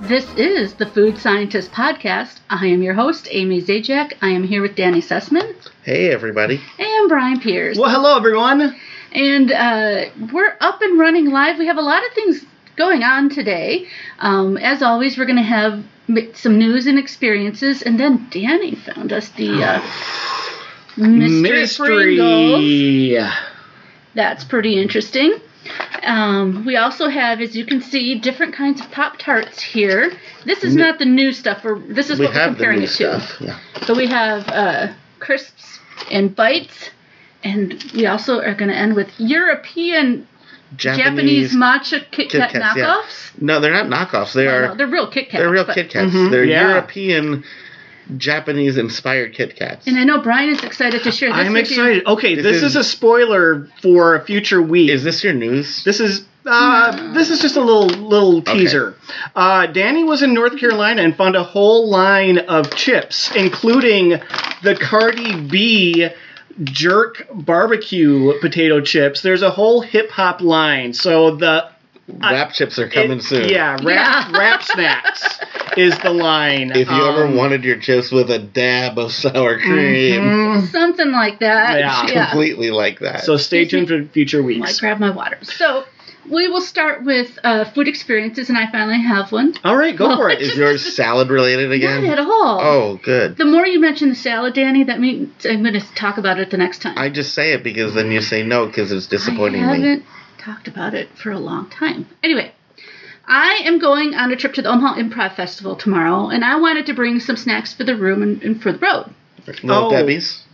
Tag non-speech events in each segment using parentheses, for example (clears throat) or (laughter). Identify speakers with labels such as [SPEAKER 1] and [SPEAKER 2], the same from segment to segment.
[SPEAKER 1] This is the Food Scientist Podcast. I am your host, Amy Zajac. I am here with Danny Sussman
[SPEAKER 2] Hey, everybody.
[SPEAKER 1] and Brian Pierce.
[SPEAKER 3] Well, hello everyone.
[SPEAKER 1] And uh, we're up and running live. We have a lot of things going on today. Um, as always, we're going to have m- some news and experiences. And then Danny found us the uh, mystery, Pringles. That's pretty interesting. Um, we also have, as you can see, different kinds of Pop Tarts here. This is not the new stuff. We're, this is
[SPEAKER 2] we
[SPEAKER 1] what we're
[SPEAKER 2] have the
[SPEAKER 1] comparing
[SPEAKER 2] new
[SPEAKER 1] it to.
[SPEAKER 2] stuff. Yeah.
[SPEAKER 1] So we have uh, crisps and bites, and we also are going to end with European Japanese, matcha Kit
[SPEAKER 2] Kit
[SPEAKER 1] Kat
[SPEAKER 2] Kats, yeah.
[SPEAKER 1] knockoffs.
[SPEAKER 2] No, they're not knockoffs. They
[SPEAKER 1] Well,
[SPEAKER 2] are
[SPEAKER 1] no, they're real Kit Kats.
[SPEAKER 2] they're real
[SPEAKER 1] but-
[SPEAKER 2] Kit Kats.
[SPEAKER 3] Mhm.
[SPEAKER 2] They're
[SPEAKER 3] Yeah.
[SPEAKER 2] European Japanese inspired Kit Kats.
[SPEAKER 1] And I know Brian is excited to share this.
[SPEAKER 3] I'm
[SPEAKER 1] with you.
[SPEAKER 3] excited. Okay,
[SPEAKER 2] This
[SPEAKER 3] this,
[SPEAKER 2] is-
[SPEAKER 3] is, a spoiler for a future week.
[SPEAKER 2] Is this your news?
[SPEAKER 3] this is uh, this is just a little little teaser. Uh, Danny was in North Carolina and found a whole line of chips, including the Cardi B jerk barbecue potato chips. There's a whole hip hop line. So the
[SPEAKER 2] Wrap chips are coming
[SPEAKER 3] it-
[SPEAKER 2] soon.
[SPEAKER 3] Yeah, rap
[SPEAKER 1] Yeah.
[SPEAKER 3] (laughs) rap snacks is the line.
[SPEAKER 2] If you ever
[SPEAKER 3] Um,
[SPEAKER 2] wanted your chips with a dab of sour
[SPEAKER 1] mm-hmm.
[SPEAKER 2] cream,
[SPEAKER 1] Something like that.
[SPEAKER 3] Yeah.
[SPEAKER 2] completely like that.
[SPEAKER 3] So stay tuned for future
[SPEAKER 1] I
[SPEAKER 3] weeks.
[SPEAKER 1] grab my water. So we will start with uh, food experiences, and I finally have one.
[SPEAKER 3] All
[SPEAKER 1] (laughs)
[SPEAKER 3] right, go for it.
[SPEAKER 2] is yours salad related again?
[SPEAKER 1] Not at all.
[SPEAKER 2] Oh, good.
[SPEAKER 1] The more you mention the salad, Danny, that means I'm going to talk about it the next time.
[SPEAKER 2] I just say it because then you say no because it's disappointing
[SPEAKER 1] I
[SPEAKER 2] me.
[SPEAKER 1] haven't talked about it for a long time. Anyway, I am going on a trip to the Omaha Improv Festival tomorrow, and I wanted to bring some snacks for the room and, and for the road.
[SPEAKER 2] No
[SPEAKER 3] Oh.
[SPEAKER 2] Debbie's.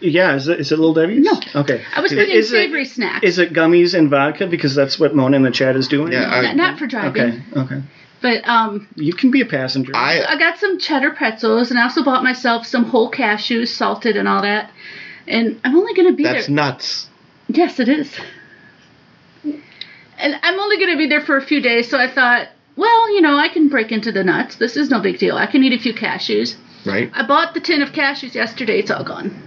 [SPEAKER 3] Yeah, is it, is it Little Debbie's?
[SPEAKER 1] No.
[SPEAKER 3] Okay.
[SPEAKER 1] I was
[SPEAKER 2] Is-
[SPEAKER 1] thinking
[SPEAKER 3] is it-
[SPEAKER 1] savory snacks,
[SPEAKER 3] Is it gummies and vodka? Because that's what Mona in the chat is doing.
[SPEAKER 2] Yeah, I-
[SPEAKER 1] not, not for driving,
[SPEAKER 3] Okay. Okay.
[SPEAKER 1] but um,
[SPEAKER 3] You can be a passenger.
[SPEAKER 2] I
[SPEAKER 1] I got some cheddar pretzels, and I also bought myself some whole cashews, salted and all that. And I'm only going to be there.
[SPEAKER 2] that's nuts.
[SPEAKER 1] Yes, it is. And I'm only going to be there for a few days, so I thought, well, you know, I can break into the nuts. This is no big deal. I can eat a few cashews.
[SPEAKER 2] Right?
[SPEAKER 1] I bought the tin of cashews yesterday. It's all gone.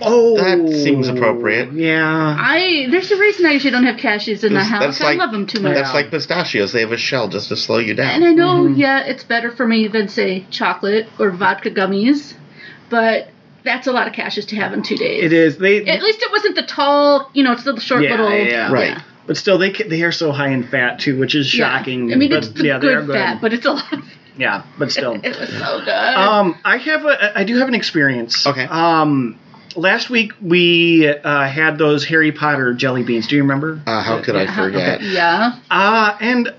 [SPEAKER 3] oh,
[SPEAKER 2] that seems appropriate.
[SPEAKER 3] Yeah.
[SPEAKER 1] I there's a reason I usually don't have cashews in the
[SPEAKER 2] That's-
[SPEAKER 1] house.
[SPEAKER 2] that's
[SPEAKER 1] I
[SPEAKER 2] like-
[SPEAKER 1] love them too much.
[SPEAKER 2] That's like pistachios. They have a shell just to slow you
[SPEAKER 1] and
[SPEAKER 2] down.
[SPEAKER 1] I know, yeah, it's better for me than say chocolate or vodka gummies, but that's a lot of cashews to have in two days.
[SPEAKER 3] It is. They.
[SPEAKER 1] At least it wasn't the tall, you know, it's the short
[SPEAKER 3] yeah,
[SPEAKER 1] little.
[SPEAKER 3] yeah.
[SPEAKER 2] Right.
[SPEAKER 3] But still, they ca- they are so high in fat too, which is
[SPEAKER 1] Yeah.
[SPEAKER 3] shocking.
[SPEAKER 1] I mean,
[SPEAKER 3] but
[SPEAKER 1] it's the
[SPEAKER 3] yeah, they are
[SPEAKER 1] good
[SPEAKER 3] good.
[SPEAKER 1] fat, but it's a lot.
[SPEAKER 3] yeah, but still.
[SPEAKER 1] It was so good.
[SPEAKER 2] Oh,
[SPEAKER 3] um, I have a. I do have an experience.
[SPEAKER 2] Okay.
[SPEAKER 3] Um, last week we uh, had those Harry Potter jelly beans. Do you remember?
[SPEAKER 2] Uh, how could I
[SPEAKER 1] Uh-huh.
[SPEAKER 2] forget?
[SPEAKER 1] Yeah.
[SPEAKER 3] Ah, and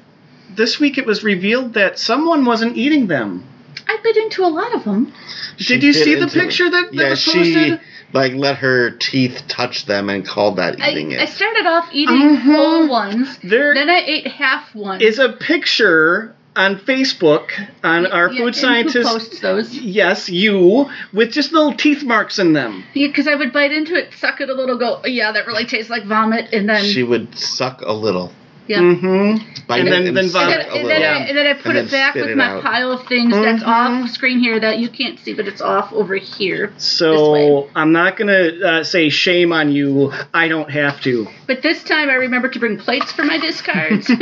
[SPEAKER 3] this week it was revealed that someone wasn't eating them.
[SPEAKER 1] I bit into a lot of them.
[SPEAKER 2] She
[SPEAKER 3] Did you
[SPEAKER 2] bit
[SPEAKER 3] see the
[SPEAKER 2] into it.
[SPEAKER 3] picture that- that
[SPEAKER 2] yeah,
[SPEAKER 3] was
[SPEAKER 2] She,
[SPEAKER 3] posted?
[SPEAKER 2] like let her teeth touch them and called that
[SPEAKER 1] I,
[SPEAKER 2] eating
[SPEAKER 1] I
[SPEAKER 2] it. Mm-hmm.
[SPEAKER 1] started off eating
[SPEAKER 3] Uh-huh.
[SPEAKER 1] whole ones.
[SPEAKER 3] There
[SPEAKER 1] Then I ate half one.
[SPEAKER 3] is a picture on Facebook on our
[SPEAKER 1] Yeah,
[SPEAKER 3] food
[SPEAKER 1] and Who
[SPEAKER 3] scientist.
[SPEAKER 1] posts those?
[SPEAKER 3] Yes, you with just little teeth marks in them.
[SPEAKER 1] Because I would bite into it, suck it a little, go, "Oh, yeah, that really tastes like vomit, and then
[SPEAKER 2] she would suck a little,
[SPEAKER 1] yeah.
[SPEAKER 3] Mm-hmm.
[SPEAKER 2] bite
[SPEAKER 3] And
[SPEAKER 2] it,
[SPEAKER 3] then-
[SPEAKER 2] and
[SPEAKER 3] then
[SPEAKER 1] And
[SPEAKER 2] suck
[SPEAKER 1] then,
[SPEAKER 3] vomit
[SPEAKER 2] a
[SPEAKER 1] and
[SPEAKER 2] little.
[SPEAKER 1] then I, and then I put
[SPEAKER 2] And
[SPEAKER 1] it
[SPEAKER 2] then
[SPEAKER 1] back
[SPEAKER 2] spit
[SPEAKER 1] with
[SPEAKER 2] it
[SPEAKER 1] my
[SPEAKER 2] out. Mm-hmm.
[SPEAKER 1] pile of things that's
[SPEAKER 3] Mhm.
[SPEAKER 1] off screen here that you can't see, but it's off over here. This
[SPEAKER 3] So I'm not gonna uh, say shame on you. I don't have to.
[SPEAKER 1] But this time I remember to bring plates for my
[SPEAKER 3] (laughs)
[SPEAKER 1] discards. (laughs)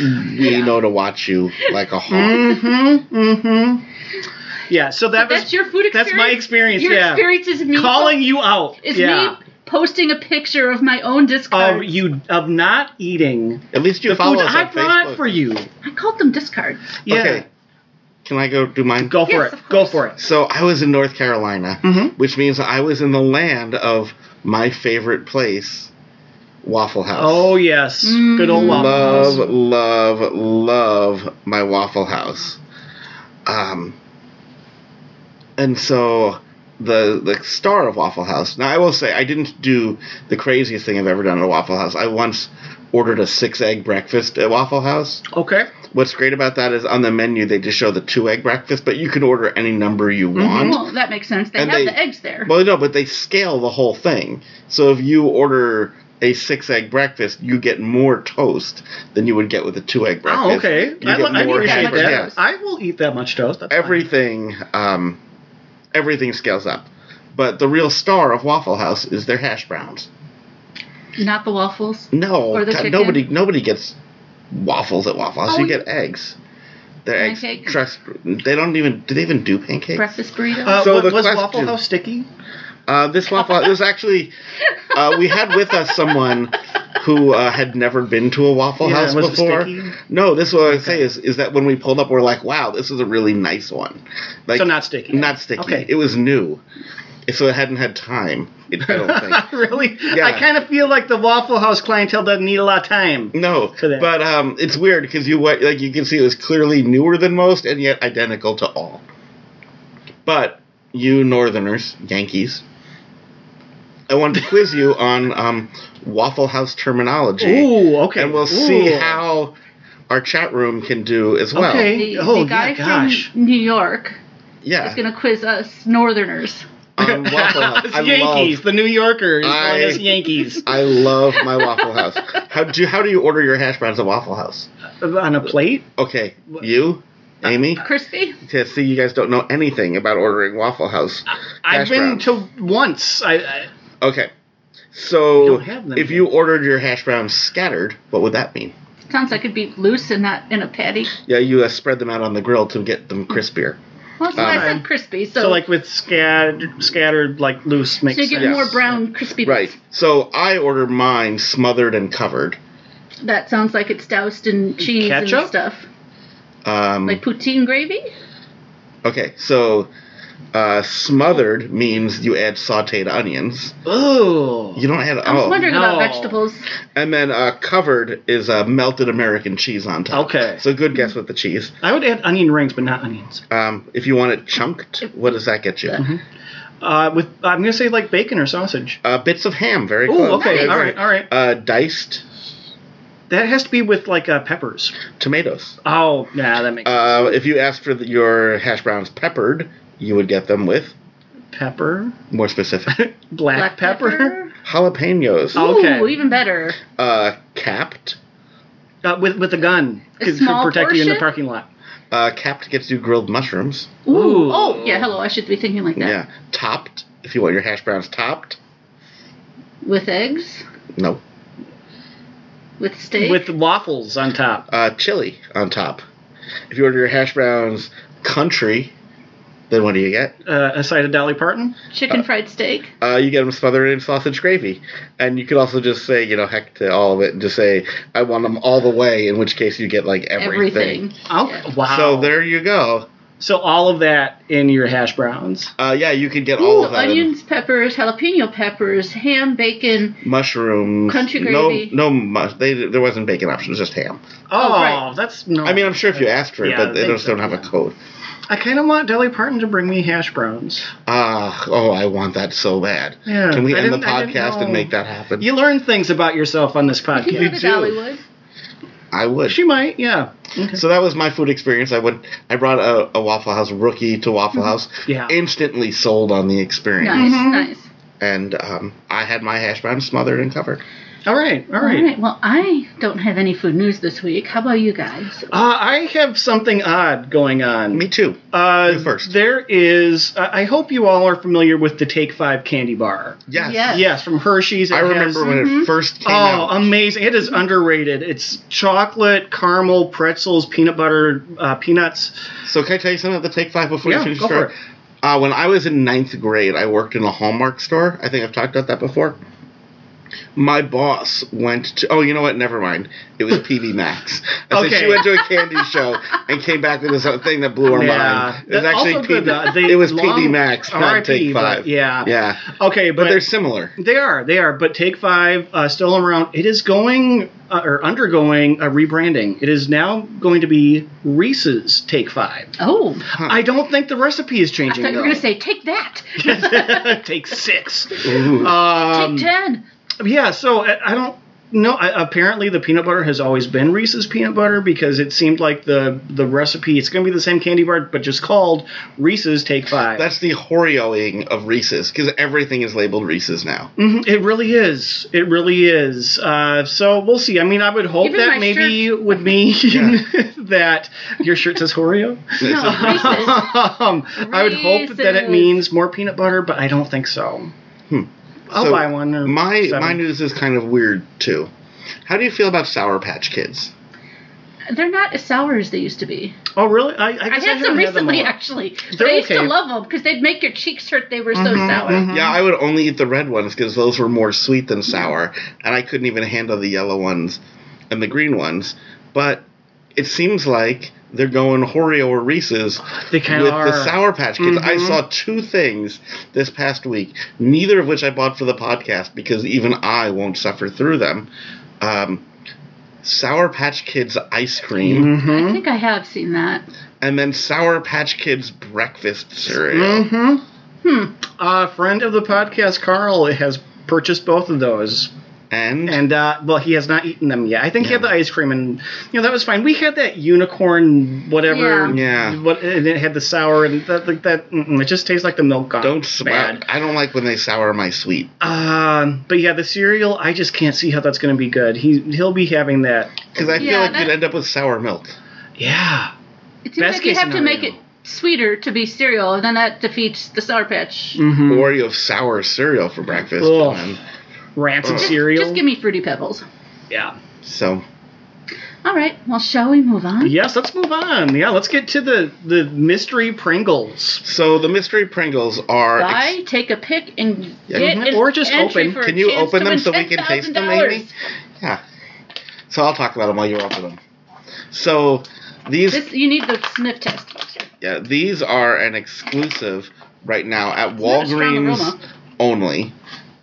[SPEAKER 2] We know to watch you like a hawk.
[SPEAKER 3] Mm-hmm. Mm-hmm. Yeah. So that was
[SPEAKER 1] that's your food experience.
[SPEAKER 3] that's my experience,
[SPEAKER 1] Your
[SPEAKER 3] yeah.
[SPEAKER 1] experience is me
[SPEAKER 3] calling you out.
[SPEAKER 1] is
[SPEAKER 3] yeah.
[SPEAKER 1] me posting a picture of my own discard.
[SPEAKER 3] Of you of not eating
[SPEAKER 2] At least you
[SPEAKER 3] Mm-hmm. the
[SPEAKER 2] follow
[SPEAKER 3] food
[SPEAKER 2] us
[SPEAKER 3] I
[SPEAKER 2] on
[SPEAKER 3] brought
[SPEAKER 2] Facebook.
[SPEAKER 3] for you.
[SPEAKER 1] I called them discards.
[SPEAKER 3] Yeah.
[SPEAKER 2] Okay, can I go do mine?
[SPEAKER 3] Go for
[SPEAKER 1] Yes,
[SPEAKER 3] it.
[SPEAKER 1] of
[SPEAKER 3] Go
[SPEAKER 1] course.
[SPEAKER 3] for it.
[SPEAKER 2] So I was in North Carolina,
[SPEAKER 3] Mhm.
[SPEAKER 2] which means I was in the land of my favorite place, Waffle House.
[SPEAKER 3] Oh yes, good old Waffle
[SPEAKER 2] Mm. love,
[SPEAKER 3] House.
[SPEAKER 2] love, love my Waffle House. Um, and so the the star of Waffle House. Now I will say I didn't do the craziest thing I've ever done at a Waffle House. I once ordered a six egg breakfast at Waffle House.
[SPEAKER 3] Okay.
[SPEAKER 2] What's great about that is on the menu they just show the two egg breakfast, but you can order any number you
[SPEAKER 3] Mm-hmm.
[SPEAKER 2] want.
[SPEAKER 1] Well, that makes sense. They
[SPEAKER 2] And
[SPEAKER 1] have
[SPEAKER 2] they-
[SPEAKER 1] the eggs there.
[SPEAKER 2] Well, no, but they scale the whole thing. So if you order a six egg breakfast, you get more toast than you would get with a two egg breakfast.
[SPEAKER 3] Oh, okay.
[SPEAKER 2] You
[SPEAKER 3] I,
[SPEAKER 2] get
[SPEAKER 3] li- I
[SPEAKER 2] more
[SPEAKER 3] appreciate
[SPEAKER 2] hamburger.
[SPEAKER 3] that.
[SPEAKER 2] Yeah.
[SPEAKER 3] I will eat that much toast. That's fine.
[SPEAKER 2] Everything, um, everything scales up. But the real star of Waffle House is their hash browns.
[SPEAKER 1] Not the waffles.
[SPEAKER 2] No,
[SPEAKER 1] Or the
[SPEAKER 2] God,
[SPEAKER 1] chicken.
[SPEAKER 2] nobody, nobody gets waffles at Waffle House.
[SPEAKER 1] Oh,
[SPEAKER 2] you
[SPEAKER 1] yeah.
[SPEAKER 2] get eggs. They're
[SPEAKER 1] Pancakes.
[SPEAKER 2] eggs. Trust, they don't even. Do they even do pancakes?
[SPEAKER 1] Breakfast burrito.
[SPEAKER 3] Uh,
[SPEAKER 2] So
[SPEAKER 3] wa-
[SPEAKER 2] the
[SPEAKER 3] was
[SPEAKER 2] question-
[SPEAKER 3] Waffle House sticky?
[SPEAKER 2] Uh, this waffle house, it was actually uh, we had with us someone who uh, had never been to a waffle
[SPEAKER 3] Yeah,
[SPEAKER 2] house
[SPEAKER 3] was it
[SPEAKER 2] before.
[SPEAKER 3] sticky?
[SPEAKER 2] No, this is what I say is is that when we pulled up, we're like, wow, this is a really nice one. Like
[SPEAKER 3] so not sticky. (laughs)
[SPEAKER 2] not sticky.
[SPEAKER 3] Okay.
[SPEAKER 2] It was new, so it hadn't had time. It, I
[SPEAKER 3] (laughs)
[SPEAKER 2] don't think.
[SPEAKER 3] really?
[SPEAKER 2] Yeah.
[SPEAKER 3] I kind of feel like the Waffle House clientele doesn't need a lot of time.
[SPEAKER 2] No,
[SPEAKER 3] For that.
[SPEAKER 2] but um, it's weird because you what like you can see it was clearly newer than most and yet identical to all. But you Northerners, Yankees, I
[SPEAKER 3] (laughs)
[SPEAKER 2] want to quiz you on um, Waffle House terminology,
[SPEAKER 3] Ooh, okay.
[SPEAKER 2] and we'll
[SPEAKER 3] Ooh.
[SPEAKER 2] see
[SPEAKER 3] (laughs)
[SPEAKER 2] how our chat room can do as well.
[SPEAKER 3] Okay.
[SPEAKER 1] the,
[SPEAKER 3] oh,
[SPEAKER 1] the guy
[SPEAKER 3] yeah, gosh.
[SPEAKER 1] from New York is
[SPEAKER 2] Yeah,
[SPEAKER 1] going to quiz us Northerners.
[SPEAKER 2] on
[SPEAKER 3] (laughs)
[SPEAKER 2] Waffle House.
[SPEAKER 3] Us
[SPEAKER 2] I
[SPEAKER 3] Yankees,
[SPEAKER 2] love.
[SPEAKER 3] the New Yorkers, calling
[SPEAKER 2] I-
[SPEAKER 3] us Yankees
[SPEAKER 2] (laughs) I love my Waffle House. How do how do you order your hash browns at Waffle House?
[SPEAKER 3] on a plate.
[SPEAKER 2] Okay, you, Amy.
[SPEAKER 1] Crispy?
[SPEAKER 2] to see you guys don't know anything about ordering Waffle House.
[SPEAKER 3] I've
[SPEAKER 2] hash
[SPEAKER 3] been
[SPEAKER 2] browns.
[SPEAKER 3] to once. I, I
[SPEAKER 2] Okay.
[SPEAKER 3] You
[SPEAKER 2] So
[SPEAKER 3] don't have them
[SPEAKER 2] if
[SPEAKER 3] here.
[SPEAKER 2] you ordered your hash browns scattered, what would that mean?
[SPEAKER 1] Sounds like it'd be loose and not in a patty.
[SPEAKER 2] Yeah, you uh, spread them out on the grill to get them crispier.
[SPEAKER 1] Well, that's why I
[SPEAKER 3] Um,
[SPEAKER 1] said crispy. So,
[SPEAKER 3] so, like with scattered, scattered like loose makes
[SPEAKER 1] so you get
[SPEAKER 3] sense.
[SPEAKER 1] more brown crispy.
[SPEAKER 2] Right. So I order mine smothered and covered.
[SPEAKER 1] That sounds like it's doused in cheese
[SPEAKER 3] Ketchup? Hmm.
[SPEAKER 1] and stuff.
[SPEAKER 2] Um,
[SPEAKER 1] Like poutine gravy?
[SPEAKER 2] okay. So uh, smothered means you add sautéed onions.
[SPEAKER 3] Oh,
[SPEAKER 2] You don't add
[SPEAKER 1] I was
[SPEAKER 2] oh.
[SPEAKER 1] wondering about
[SPEAKER 3] no.
[SPEAKER 1] vegetables.
[SPEAKER 2] And then uh, covered is uh, melted American cheese on top.
[SPEAKER 3] Okay.
[SPEAKER 2] So good guess with the cheese.
[SPEAKER 3] I would add onion rings, but not onions.
[SPEAKER 2] Um, if you want it chunked, what does that get you?
[SPEAKER 3] Uh, with I'm gonna say like bacon or sausage.
[SPEAKER 2] Uh, bits of ham, very
[SPEAKER 3] Oh,
[SPEAKER 2] close.
[SPEAKER 3] okay,
[SPEAKER 2] Very
[SPEAKER 3] all
[SPEAKER 2] close.
[SPEAKER 3] right, all right.
[SPEAKER 2] Uh, diced
[SPEAKER 3] That has to be with like uh, peppers.
[SPEAKER 2] tomatoes.
[SPEAKER 3] Oh, yeah, that makes
[SPEAKER 2] Uh, if you asked for the, your hash browns peppered, you would get them with
[SPEAKER 3] pepper,
[SPEAKER 2] more
[SPEAKER 3] (laughs)
[SPEAKER 2] specific
[SPEAKER 3] black,
[SPEAKER 1] Black
[SPEAKER 3] pepper.
[SPEAKER 1] pepper?
[SPEAKER 2] jalapenos,
[SPEAKER 3] Oh. Okay.
[SPEAKER 1] Ooh, even better.
[SPEAKER 2] uh, capped.
[SPEAKER 3] (laughs) Uh, with with a gun
[SPEAKER 1] A
[SPEAKER 3] to
[SPEAKER 1] small
[SPEAKER 3] protect you in the
[SPEAKER 1] portion?
[SPEAKER 3] parking lot.
[SPEAKER 2] Uh, capped gets you grilled mushrooms.
[SPEAKER 1] Ooh.
[SPEAKER 3] Ooh.
[SPEAKER 1] Oh, yeah, hello. I should be thinking like
[SPEAKER 2] Yeah.
[SPEAKER 1] that.
[SPEAKER 2] topped. If you want your hash browns topped,
[SPEAKER 1] With eggs?
[SPEAKER 2] no.
[SPEAKER 1] With steak?
[SPEAKER 3] With waffles on top.
[SPEAKER 2] Uh, chili on top. If you order your hash browns country, then what do you get?
[SPEAKER 3] Uh, a side of Dolly Parton.
[SPEAKER 1] chicken fried steak?
[SPEAKER 2] Uh, you get them smothered in sausage gravy. And you could also just say, you know, heck to all of it and just say, I want them all the way, in which case you get like everything.
[SPEAKER 1] Everything.
[SPEAKER 3] Oh,
[SPEAKER 1] Yeah.
[SPEAKER 3] wow.
[SPEAKER 2] So there you go.
[SPEAKER 3] So all of that in your hash browns.
[SPEAKER 2] Uh, yeah, you could get all
[SPEAKER 1] Ooh,
[SPEAKER 2] of that. in
[SPEAKER 1] onions, peppers, jalapeno peppers, ham, bacon.
[SPEAKER 2] Mushrooms.
[SPEAKER 1] Country gravy.
[SPEAKER 2] No, no mush. They, there wasn't bacon options, just ham.
[SPEAKER 3] Oh,
[SPEAKER 1] right.
[SPEAKER 3] that's no.
[SPEAKER 2] I mean, I'm sure if you asked for it,
[SPEAKER 3] Yeah,
[SPEAKER 2] but they
[SPEAKER 3] they-
[SPEAKER 2] just don't have a code.
[SPEAKER 3] I kind of want Dolly Parton to bring me hash browns.
[SPEAKER 2] Ah, oh, I want that so bad.
[SPEAKER 3] Yeah,
[SPEAKER 2] Can we
[SPEAKER 3] I
[SPEAKER 2] end the
[SPEAKER 3] didn't- I didn't
[SPEAKER 2] podcast and
[SPEAKER 3] know.
[SPEAKER 2] make that happen?
[SPEAKER 3] You learn things about
[SPEAKER 1] (laughs)
[SPEAKER 3] yourself on this
[SPEAKER 1] If you go
[SPEAKER 3] podcast.
[SPEAKER 1] to
[SPEAKER 2] do.
[SPEAKER 1] Dollywood.
[SPEAKER 2] I would.
[SPEAKER 3] She might, yeah. Okay.
[SPEAKER 2] So that was my food experience. I went. I brought a, a Waffle House rookie to Waffle House.
[SPEAKER 3] Mm-hmm. Yeah.
[SPEAKER 2] Instantly sold on the experience.
[SPEAKER 1] Nice,
[SPEAKER 3] Mhm.
[SPEAKER 1] nice.
[SPEAKER 2] and um, I had my hash brown smothered and covered.
[SPEAKER 3] All right, all
[SPEAKER 1] All
[SPEAKER 3] right.
[SPEAKER 1] right. Well, I don't have any food news this week. How about you guys?
[SPEAKER 3] Uh, I have something odd going on.
[SPEAKER 2] Me too.
[SPEAKER 3] Uh,
[SPEAKER 2] You first.
[SPEAKER 3] There is. uh, I I hope you all are familiar with the Take Five candy bar.
[SPEAKER 2] Yes.
[SPEAKER 1] Yes. Mm-hmm.
[SPEAKER 3] Yes, from Hershey's. It
[SPEAKER 2] I
[SPEAKER 3] has-
[SPEAKER 2] remember when it first came
[SPEAKER 3] Oh,
[SPEAKER 2] out.
[SPEAKER 3] amazing! It is underrated. It's chocolate, caramel, pretzels, peanut butter, uh, peanuts.
[SPEAKER 2] so can I tell you something about the Take Five before
[SPEAKER 3] Yeah,
[SPEAKER 2] you finish
[SPEAKER 3] go
[SPEAKER 2] your
[SPEAKER 3] for
[SPEAKER 2] story? Uh, when I was in ninth grade, I worked in a Hallmark store. I think I've talked about that before. My boss went to. Oh, you know what? Never mind. It was PV Max. I said
[SPEAKER 3] Okay.
[SPEAKER 2] she went to a candy show and came back with this other thing that blew our
[SPEAKER 3] Yeah.
[SPEAKER 2] mind. It was
[SPEAKER 3] That's
[SPEAKER 2] actually
[SPEAKER 3] also good, though.
[SPEAKER 2] PV.
[SPEAKER 3] They
[SPEAKER 2] It was
[SPEAKER 3] long-
[SPEAKER 2] PV Max, not
[SPEAKER 3] RIP,
[SPEAKER 2] Take
[SPEAKER 3] but
[SPEAKER 2] Five.
[SPEAKER 3] yeah.
[SPEAKER 2] Yeah.
[SPEAKER 3] Okay, but,
[SPEAKER 2] But they're similar.
[SPEAKER 3] They are, they are. But Take Five uh, still around. It is going uh, or undergoing a rebranding. It is now going to be Reese's Take Five.
[SPEAKER 1] Oh,
[SPEAKER 3] I don't think the recipe is
[SPEAKER 1] I
[SPEAKER 3] changing.
[SPEAKER 1] thought you were going to say take that,
[SPEAKER 3] though. (laughs) Take six.
[SPEAKER 2] Ooh.
[SPEAKER 3] Um,
[SPEAKER 1] take
[SPEAKER 2] (laughs)
[SPEAKER 1] ten.
[SPEAKER 3] yeah, so uh, I, I don't know. I, apparently, the peanut butter has always been Reese's peanut butter because it seemed like the the recipe. It's going to be the same candy bar, but just called Reese's Take Five.
[SPEAKER 2] That's the Horeoing of Reese's because everything is labeled Reese's now.
[SPEAKER 3] Mhm, it really is. It really is. Uh, so we'll see. I mean, I would hope
[SPEAKER 1] Even
[SPEAKER 3] that
[SPEAKER 1] my
[SPEAKER 3] maybe
[SPEAKER 1] shirt-
[SPEAKER 3] would mean
[SPEAKER 2] (laughs) Yeah.
[SPEAKER 3] (laughs) that your shirt says Oreo.
[SPEAKER 1] No, Reese's.
[SPEAKER 3] um, I would hope that it
[SPEAKER 1] Reese's.
[SPEAKER 3] means more peanut butter, but I don't think so. Hmm. I'll
[SPEAKER 2] So,
[SPEAKER 3] buy one. Or
[SPEAKER 2] My
[SPEAKER 3] seven.
[SPEAKER 2] my news is kind of weird too. How do you feel about Sour Patch Kids?
[SPEAKER 1] They're not as sour as they used to be.
[SPEAKER 3] Oh, really? I, I, guess
[SPEAKER 1] I had
[SPEAKER 3] haven't
[SPEAKER 1] some
[SPEAKER 3] them
[SPEAKER 1] recently,
[SPEAKER 3] all.
[SPEAKER 1] actually.
[SPEAKER 3] They're
[SPEAKER 1] I used to
[SPEAKER 3] okay.
[SPEAKER 1] love them because they'd make your cheeks hurt. They were so sour.
[SPEAKER 3] Hmm?
[SPEAKER 2] Yeah, I would only eat the red ones because those were more sweet than sour, and I couldn't even handle the yellow ones and the green ones. But it seems like they're going Oreo or Reese's
[SPEAKER 3] They kinda
[SPEAKER 2] with
[SPEAKER 3] are. Mm-hmm.
[SPEAKER 2] the Sour Patch Kids. I saw two things this past week, neither of which I bought for the podcast because even I won't suffer through them. Um, Sour Patch Kids ice cream,
[SPEAKER 3] Mm-hmm.
[SPEAKER 1] I think I have seen that.
[SPEAKER 2] and then Sour Patch Kids breakfast cereal.
[SPEAKER 3] Mm-hmm.
[SPEAKER 1] Hmm.
[SPEAKER 3] A friend of the podcast, Carl, has purchased both of those.
[SPEAKER 2] And,
[SPEAKER 3] And uh, well, he has not eaten them yet. I think he had the ice cream, and you know that was fine. We had that unicorn, whatever,
[SPEAKER 2] Yeah. Yeah.
[SPEAKER 3] what, and it had the sour, and that like that. Mm-mm, it just tastes like the milk gone.
[SPEAKER 2] don't smell.
[SPEAKER 3] bad.
[SPEAKER 2] I don't like when they sour my sweet.
[SPEAKER 3] Um, but yeah, the cereal, I just can't see how that's going to be good. He he'll be having that.
[SPEAKER 2] Because I
[SPEAKER 1] Yeah,
[SPEAKER 2] feel like
[SPEAKER 1] that-
[SPEAKER 2] you'd end up with sour milk.
[SPEAKER 3] Yeah,
[SPEAKER 1] It seems
[SPEAKER 3] Best
[SPEAKER 1] like you
[SPEAKER 3] case
[SPEAKER 1] have to
[SPEAKER 3] scenario.
[SPEAKER 1] make it sweeter to be cereal, and then that defeats the Sour Patch.
[SPEAKER 3] Mm, Mm-hmm.
[SPEAKER 2] Or you have sour cereal for breakfast.
[SPEAKER 3] Ugh.
[SPEAKER 2] and then-
[SPEAKER 3] rancid
[SPEAKER 1] Just,
[SPEAKER 3] cereal.
[SPEAKER 1] just give me Fruity Pebbles.
[SPEAKER 3] yeah.
[SPEAKER 2] so,
[SPEAKER 1] All right. Well, shall we move on?
[SPEAKER 3] Yes, let's move on. Yeah, let's get to the the mystery Pringles.
[SPEAKER 2] so the mystery Pringles are. ex-
[SPEAKER 1] Buy, take a pick, and
[SPEAKER 2] Yeah,
[SPEAKER 1] get
[SPEAKER 2] mhm.
[SPEAKER 1] an
[SPEAKER 3] Or just
[SPEAKER 1] entry
[SPEAKER 3] open.
[SPEAKER 1] for a
[SPEAKER 2] Can you
[SPEAKER 1] chance
[SPEAKER 2] open
[SPEAKER 1] to
[SPEAKER 2] them
[SPEAKER 1] win
[SPEAKER 2] so we can taste them,
[SPEAKER 1] $10,000?
[SPEAKER 2] maybe? yeah. So I'll talk about them while you open them. So these
[SPEAKER 1] This, you need the sniff test.
[SPEAKER 2] yeah, these are an exclusive right now at
[SPEAKER 1] not a strong
[SPEAKER 2] Walgreens
[SPEAKER 1] aroma.
[SPEAKER 2] only.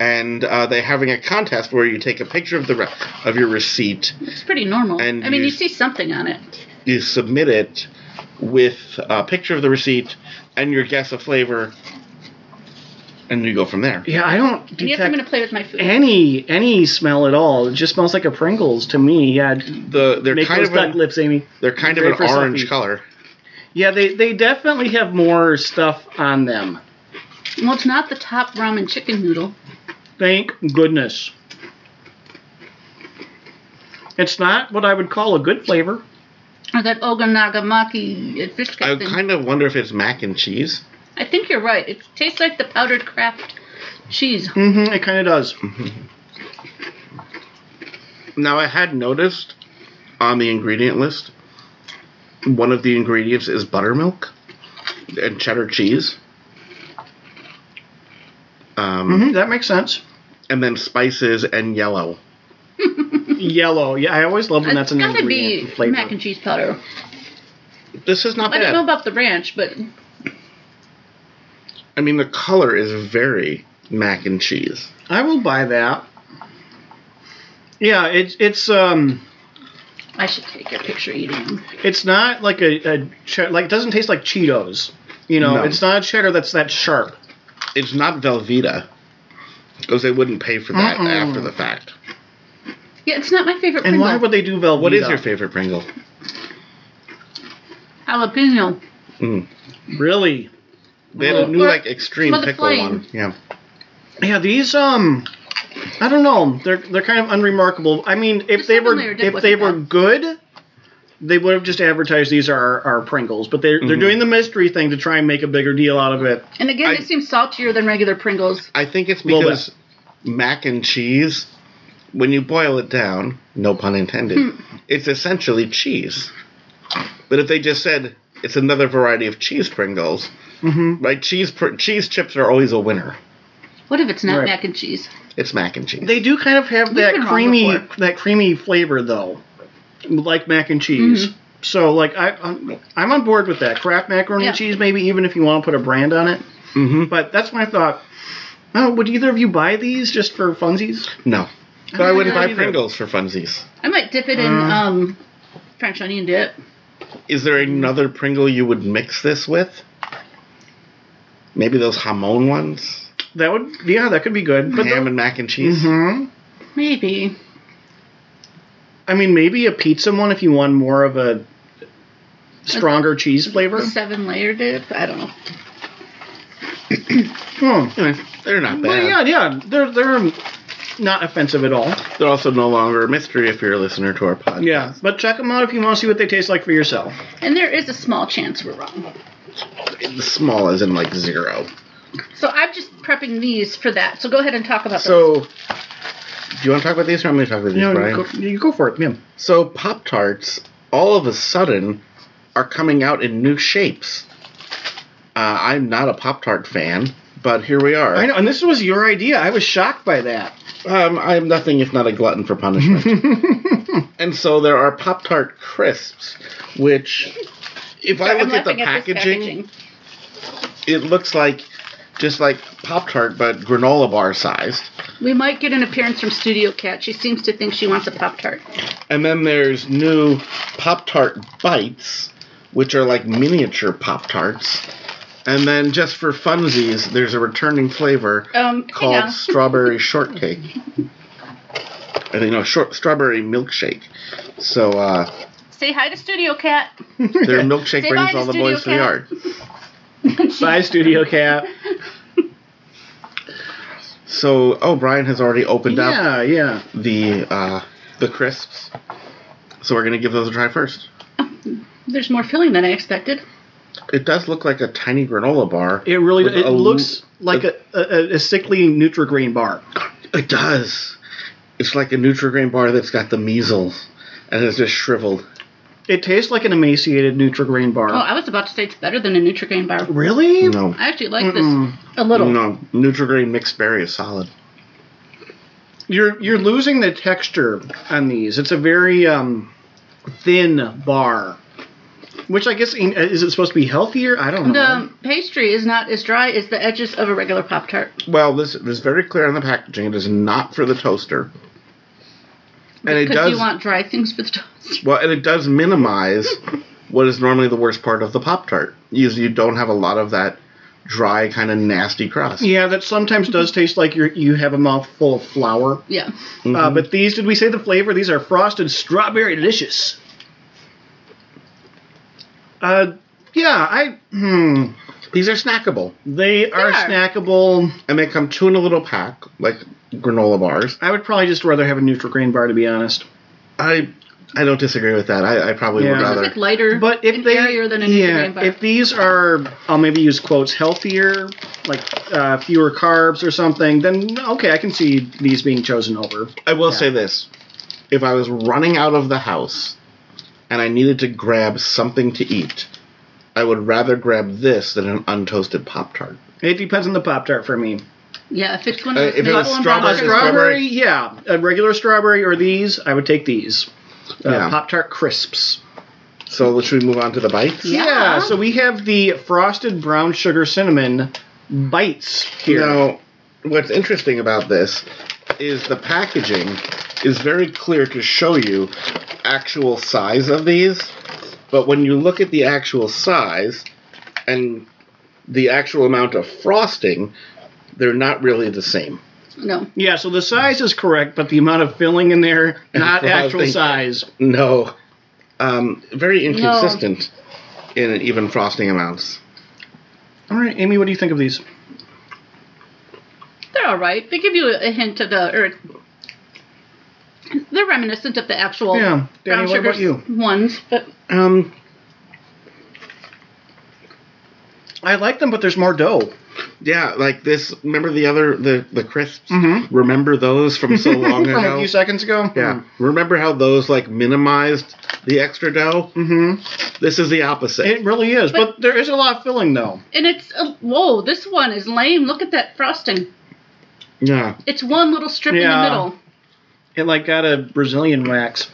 [SPEAKER 2] And uh, they're having a contest where you take a picture of the re- of your receipt
[SPEAKER 1] It's pretty normal.
[SPEAKER 2] And
[SPEAKER 1] I mean,
[SPEAKER 2] you-
[SPEAKER 1] you see something on it.
[SPEAKER 2] you submit it with a picture of the receipt and your guess of flavor, and you go from there.
[SPEAKER 3] Yeah, I don't
[SPEAKER 1] And yes, I'm
[SPEAKER 3] detect
[SPEAKER 1] going to play with my food.
[SPEAKER 3] any any smell at all. It just smells like a Pringles to me. Yeah,
[SPEAKER 2] The they're
[SPEAKER 3] make
[SPEAKER 2] kind
[SPEAKER 3] those
[SPEAKER 2] of
[SPEAKER 3] duck
[SPEAKER 2] an,
[SPEAKER 3] lips, Amy.
[SPEAKER 2] they're kind of
[SPEAKER 3] Ready
[SPEAKER 2] an
[SPEAKER 3] for a
[SPEAKER 2] orange
[SPEAKER 3] selfie.
[SPEAKER 2] color.
[SPEAKER 3] Yeah, they they definitely have more stuff on them.
[SPEAKER 1] well, it's not the top ramen chicken noodle.
[SPEAKER 3] Thank goodness. It's not what I would call a good flavor.
[SPEAKER 1] Or that Oganagamaki uh, fish
[SPEAKER 2] I
[SPEAKER 1] cake thing.
[SPEAKER 2] kind of wonder if it's mac and cheese.
[SPEAKER 1] I think you're right. It tastes like the powdered Kraft cheese.
[SPEAKER 3] Mm-hmm, it kind of does.
[SPEAKER 2] Now I had noticed on the ingredient list, one of the ingredients is buttermilk and cheddar cheese. Um,
[SPEAKER 1] Mm-hmm.
[SPEAKER 3] hmm that makes sense.
[SPEAKER 2] And then spices and yellow.
[SPEAKER 3] Yellow. Yeah, I always love when
[SPEAKER 1] it's
[SPEAKER 3] that's an
[SPEAKER 1] gotta
[SPEAKER 3] ingredient
[SPEAKER 1] be
[SPEAKER 3] in flavor.
[SPEAKER 1] mac and cheese powder.
[SPEAKER 2] This is not
[SPEAKER 1] I
[SPEAKER 2] bad.
[SPEAKER 1] don't know about the ranch, but
[SPEAKER 2] I mean, the color is very mac and cheese.
[SPEAKER 3] I will buy that. Yeah, it's it's um
[SPEAKER 1] I should take your picture eating them.
[SPEAKER 3] it's not like a, a che- like it doesn't taste like Cheetos. You know,
[SPEAKER 2] No.
[SPEAKER 3] it's not a cheddar that's that sharp.
[SPEAKER 2] It's not Velveeta because they wouldn't pay for that
[SPEAKER 3] Mm-mm.
[SPEAKER 2] after the fact.
[SPEAKER 1] Yeah, it's not my favorite
[SPEAKER 3] And
[SPEAKER 1] Pringle.
[SPEAKER 3] why would they do Velveeta?
[SPEAKER 2] What is your favorite Pringle?
[SPEAKER 1] Jalapeno.
[SPEAKER 2] Mm.
[SPEAKER 3] Really?
[SPEAKER 2] They had a
[SPEAKER 1] Well,
[SPEAKER 2] new
[SPEAKER 1] or-
[SPEAKER 2] like extreme
[SPEAKER 1] or the
[SPEAKER 2] pickle
[SPEAKER 1] plain.
[SPEAKER 2] one. Yeah.
[SPEAKER 3] Yeah, these um, I don't know. They're they're kind of unremarkable. I mean, if
[SPEAKER 1] The
[SPEAKER 3] they
[SPEAKER 1] second
[SPEAKER 3] were
[SPEAKER 1] layer did
[SPEAKER 3] if
[SPEAKER 1] wasn't
[SPEAKER 3] they were
[SPEAKER 1] bad.
[SPEAKER 3] good, they would have just advertised these are are Pringles. But they're
[SPEAKER 2] Mm-hmm.
[SPEAKER 3] they're doing the mystery thing to try and make a bigger deal out of it.
[SPEAKER 1] And again,
[SPEAKER 2] I-
[SPEAKER 1] they seem saltier than regular Pringles.
[SPEAKER 2] I think it's
[SPEAKER 3] Little bit.
[SPEAKER 2] because mac and cheese, when you boil it down, no pun intended,
[SPEAKER 3] Hmm.
[SPEAKER 2] it's essentially cheese. But if they just said it's another variety of cheese Pringles,
[SPEAKER 3] Mm-hmm.
[SPEAKER 2] right? Cheese pr- cheese chips are always a winner.
[SPEAKER 1] What if it's not
[SPEAKER 3] Right.
[SPEAKER 1] mac and cheese?
[SPEAKER 2] It's mac and cheese.
[SPEAKER 3] They do kind of have
[SPEAKER 1] been
[SPEAKER 3] that
[SPEAKER 1] wrong
[SPEAKER 3] creamy
[SPEAKER 1] before.
[SPEAKER 3] that creamy flavor though, like mac and cheese.
[SPEAKER 1] Mm-hmm.
[SPEAKER 3] So like I I'm, I'm on board with that Kraft macaroni
[SPEAKER 1] Yeah.
[SPEAKER 3] and cheese maybe even if you want to put a brand on it.
[SPEAKER 2] Mhm.
[SPEAKER 3] But that's my thought. Oh, would either of you buy these just for funsies?
[SPEAKER 2] no, but I
[SPEAKER 3] don't
[SPEAKER 2] wouldn't
[SPEAKER 3] know
[SPEAKER 2] buy
[SPEAKER 3] either.
[SPEAKER 2] Pringles for funsies.
[SPEAKER 1] I might dip it in
[SPEAKER 3] Uh.
[SPEAKER 1] um, French onion dip.
[SPEAKER 2] Is there another Pringle you would mix this with? Maybe those jamon ones,
[SPEAKER 3] That would yeah, that could be good. But
[SPEAKER 2] ham and mac and cheese.
[SPEAKER 3] hmm
[SPEAKER 1] Maybe.
[SPEAKER 3] I mean, maybe a pizza one if you want more of a stronger cheese flavor.
[SPEAKER 1] Seven layer dip. I don't know.
[SPEAKER 3] Hmm.
[SPEAKER 2] Anyway, they're not bad.
[SPEAKER 3] Well, yeah, yeah, they're they're not offensive at all.
[SPEAKER 2] They're also no longer a mystery if you're a listener to our podcast.
[SPEAKER 3] Yeah, but check them out if you want to see what they taste like for yourself.
[SPEAKER 1] And there is a small chance we're wrong.
[SPEAKER 2] The small as in like zero.
[SPEAKER 1] So I'm just prepping these for that. So go ahead and talk about those.
[SPEAKER 2] So, do you want to talk about these or I'm going to talk about these,
[SPEAKER 3] You know,
[SPEAKER 2] Brian?
[SPEAKER 3] go, you go for it, yeah.
[SPEAKER 2] So, Pop Tarts all of a sudden are coming out in new shapes. Uh, I'm not a Pop Tart fan, but here we are.
[SPEAKER 3] I know, and this was your idea. I was shocked by that. (laughs)
[SPEAKER 2] Um, I'm nothing if not a glutton for punishment. and so there are Pop Tart crisps, which, if I
[SPEAKER 4] I'm
[SPEAKER 2] look at the
[SPEAKER 4] laughing at this
[SPEAKER 2] packaging, it looks like just like Pop Tart, but granola bar sized.
[SPEAKER 1] We might get an appearance from Studio Cat. She seems to think she wants a Pop Tart.
[SPEAKER 2] And then there's new Pop Tart Bites, which are like miniature Pop Tarts. And then just for funsies, there's a returning flavor
[SPEAKER 1] Um, hang
[SPEAKER 2] called
[SPEAKER 1] on.
[SPEAKER 2] strawberry shortcake. And you know, short strawberry milkshake. So uh,
[SPEAKER 1] Say hi to Studio Cat.
[SPEAKER 3] (laughs)
[SPEAKER 2] their milkshake
[SPEAKER 1] Say bye
[SPEAKER 2] brings
[SPEAKER 1] to
[SPEAKER 2] all the
[SPEAKER 1] Studio
[SPEAKER 2] boys to the
[SPEAKER 1] Cat.
[SPEAKER 2] yard.
[SPEAKER 3] Bye, Studio Cat.
[SPEAKER 2] So oh, Brian has already opened up
[SPEAKER 3] Yeah, yeah.
[SPEAKER 2] the uh, the crisps. So we're gonna give those a try first.
[SPEAKER 1] There's more filling than I expected.
[SPEAKER 2] It does look like a tiny granola bar.
[SPEAKER 3] It really
[SPEAKER 2] with
[SPEAKER 3] it
[SPEAKER 2] a l-
[SPEAKER 3] looks like a, a, a sickly Nutrigrain bar.
[SPEAKER 2] It does. It's like a Nutrigrain bar that's got the measles and it's just shriveled.
[SPEAKER 3] It tastes like an emaciated Nutrigrain bar.
[SPEAKER 1] Oh, I was about to say it's better than a Nutrigrain bar.
[SPEAKER 3] really?
[SPEAKER 2] No,
[SPEAKER 1] I actually like
[SPEAKER 3] Mm-mm.
[SPEAKER 1] this a little.
[SPEAKER 2] no, Nutrigrain mixed berry is solid.
[SPEAKER 3] You're you're losing the texture on these. It's a very um, thin bar, which I guess is it supposed to be healthier? I don't know.
[SPEAKER 1] The pastry is not as dry as the edges of a regular Pop Tart.
[SPEAKER 2] Well, this is very clear on the packaging. It is not for the toaster, and it
[SPEAKER 1] Because
[SPEAKER 2] does
[SPEAKER 1] you want dry things for the toast. (laughs)
[SPEAKER 2] well, and it does
[SPEAKER 3] (laughs)
[SPEAKER 2] minimize what is normally the worst part of the Pop Tart. Usually, you don't have a lot of that dry kind of nasty crust.
[SPEAKER 3] yeah, that sometimes does taste like you you have a mouthful of flour.
[SPEAKER 1] Yeah.
[SPEAKER 2] Mm-hmm.
[SPEAKER 3] Uh, but these, did we say the flavor? These are frosted strawberry delicious. Uh, yeah, I hmm,
[SPEAKER 2] These are snackable,
[SPEAKER 3] they are
[SPEAKER 1] are.
[SPEAKER 3] snackable.
[SPEAKER 2] and they come two in a little pack, like granola bars.
[SPEAKER 3] I would probably just rather have a Nutrigrain bar to be honest.
[SPEAKER 2] I I don't disagree with that. I, I probably
[SPEAKER 3] Yeah.
[SPEAKER 2] would
[SPEAKER 3] This is
[SPEAKER 1] It's
[SPEAKER 2] rather.
[SPEAKER 1] like lighter
[SPEAKER 3] But if
[SPEAKER 1] and
[SPEAKER 3] they
[SPEAKER 1] airier than a
[SPEAKER 3] yeah,
[SPEAKER 1] Nutrigrain bar.
[SPEAKER 3] if these are I'll maybe use quotes healthier, like uh, fewer carbs or something, then okay, I can see these being chosen over.
[SPEAKER 2] I will say this: if I was running out of the house and I needed to grab something to eat, I would rather grab this than an untoasted Pop Tart.
[SPEAKER 3] It depends on the Pop Tart for me.
[SPEAKER 1] yeah, if it's one
[SPEAKER 2] Uh,
[SPEAKER 1] of those
[SPEAKER 2] if it was
[SPEAKER 1] maple and
[SPEAKER 2] strawberry-
[SPEAKER 3] A
[SPEAKER 1] brown sugar-
[SPEAKER 2] strawberry-
[SPEAKER 3] strawberry, yeah, a regular strawberry or these, I would take these. Uh,
[SPEAKER 2] Yeah.
[SPEAKER 3] Pop Tart crisps.
[SPEAKER 2] So should we move on to the bites?
[SPEAKER 1] Yeah.
[SPEAKER 3] Yeah. so we have the frosted brown sugar cinnamon bites here.
[SPEAKER 2] Now, what's interesting about this is the packaging is very clear to show you actual size of these, but when you look at the actual size and the actual amount of frosting, they're not really the same.
[SPEAKER 1] No.
[SPEAKER 3] Yeah, so the size is correct, but the amount of filling in there, not
[SPEAKER 2] Frosting.
[SPEAKER 3] actual size.
[SPEAKER 2] No, um, very inconsistent in even frosting amounts.
[SPEAKER 3] All right, Amy, what do you think of these?
[SPEAKER 1] They're all right. They give you a a hint of the, or they're reminiscent of the actual
[SPEAKER 3] Yeah. Danny,
[SPEAKER 1] brown
[SPEAKER 3] what
[SPEAKER 1] sugar
[SPEAKER 3] about you?
[SPEAKER 1] ones. But
[SPEAKER 2] Um,
[SPEAKER 3] I like them, but there's more dough.
[SPEAKER 2] yeah, like this. Remember the other the the crisps?
[SPEAKER 3] Mhm.
[SPEAKER 2] Remember those from
[SPEAKER 3] (laughs)
[SPEAKER 2] so long
[SPEAKER 3] From
[SPEAKER 2] ago?
[SPEAKER 3] a few seconds ago.
[SPEAKER 2] Yeah. Remember how those like minimized the extra dough?
[SPEAKER 3] Mm-hmm.
[SPEAKER 2] This is the opposite.
[SPEAKER 3] It really is, but, there is a lot of filling though.
[SPEAKER 1] and it's a, whoa, this one is lame. Look at that frosting.
[SPEAKER 2] yeah.
[SPEAKER 1] It's one little strip
[SPEAKER 3] Yeah.
[SPEAKER 1] in the middle.
[SPEAKER 3] It like got a Brazilian wax.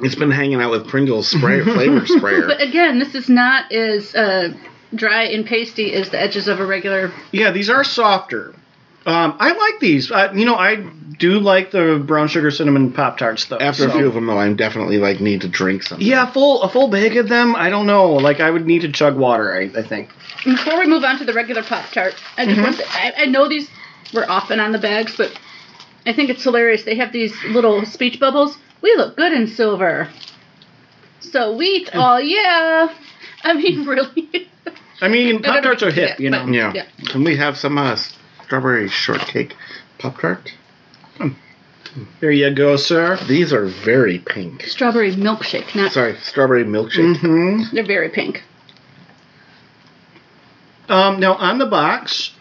[SPEAKER 2] It's been hanging out with Pringles spray
[SPEAKER 3] (laughs)
[SPEAKER 2] flavor sprayer.
[SPEAKER 1] But again, this is not as uh, dry and pasty as the edges of a regular.
[SPEAKER 3] Yeah, these are softer. Um, I like these. Uh, you know, I do like the brown sugar cinnamon pop tarts though.
[SPEAKER 2] After a
[SPEAKER 3] so-
[SPEAKER 2] few of them though, I'm definitely like need to drink something.
[SPEAKER 3] Yeah, full a full bag of them. I don't know. Like I would need to chug water. I, I think.
[SPEAKER 1] Before we move on to the regular Pop Tart, I
[SPEAKER 2] Mm-hmm.
[SPEAKER 1] just want to, I, I know these were often on the bags, but I think it's hilarious. They have these little speech bubbles. We look good in silver. So wheat,
[SPEAKER 2] Mm.
[SPEAKER 1] oh yeah. I mean, (laughs) really.
[SPEAKER 3] I mean, pop tarts are hip.
[SPEAKER 1] Yeah,
[SPEAKER 3] you know.
[SPEAKER 1] but-
[SPEAKER 2] Yeah.
[SPEAKER 1] Yeah.
[SPEAKER 2] Can we have some uh, strawberry shortcake pop tart?
[SPEAKER 3] There you go, sir.
[SPEAKER 2] These are very pink.
[SPEAKER 1] Strawberry milkshake. Not.
[SPEAKER 2] Sorry, strawberry milkshake.
[SPEAKER 3] hmm
[SPEAKER 1] They're very pink.
[SPEAKER 3] Um, now on the box,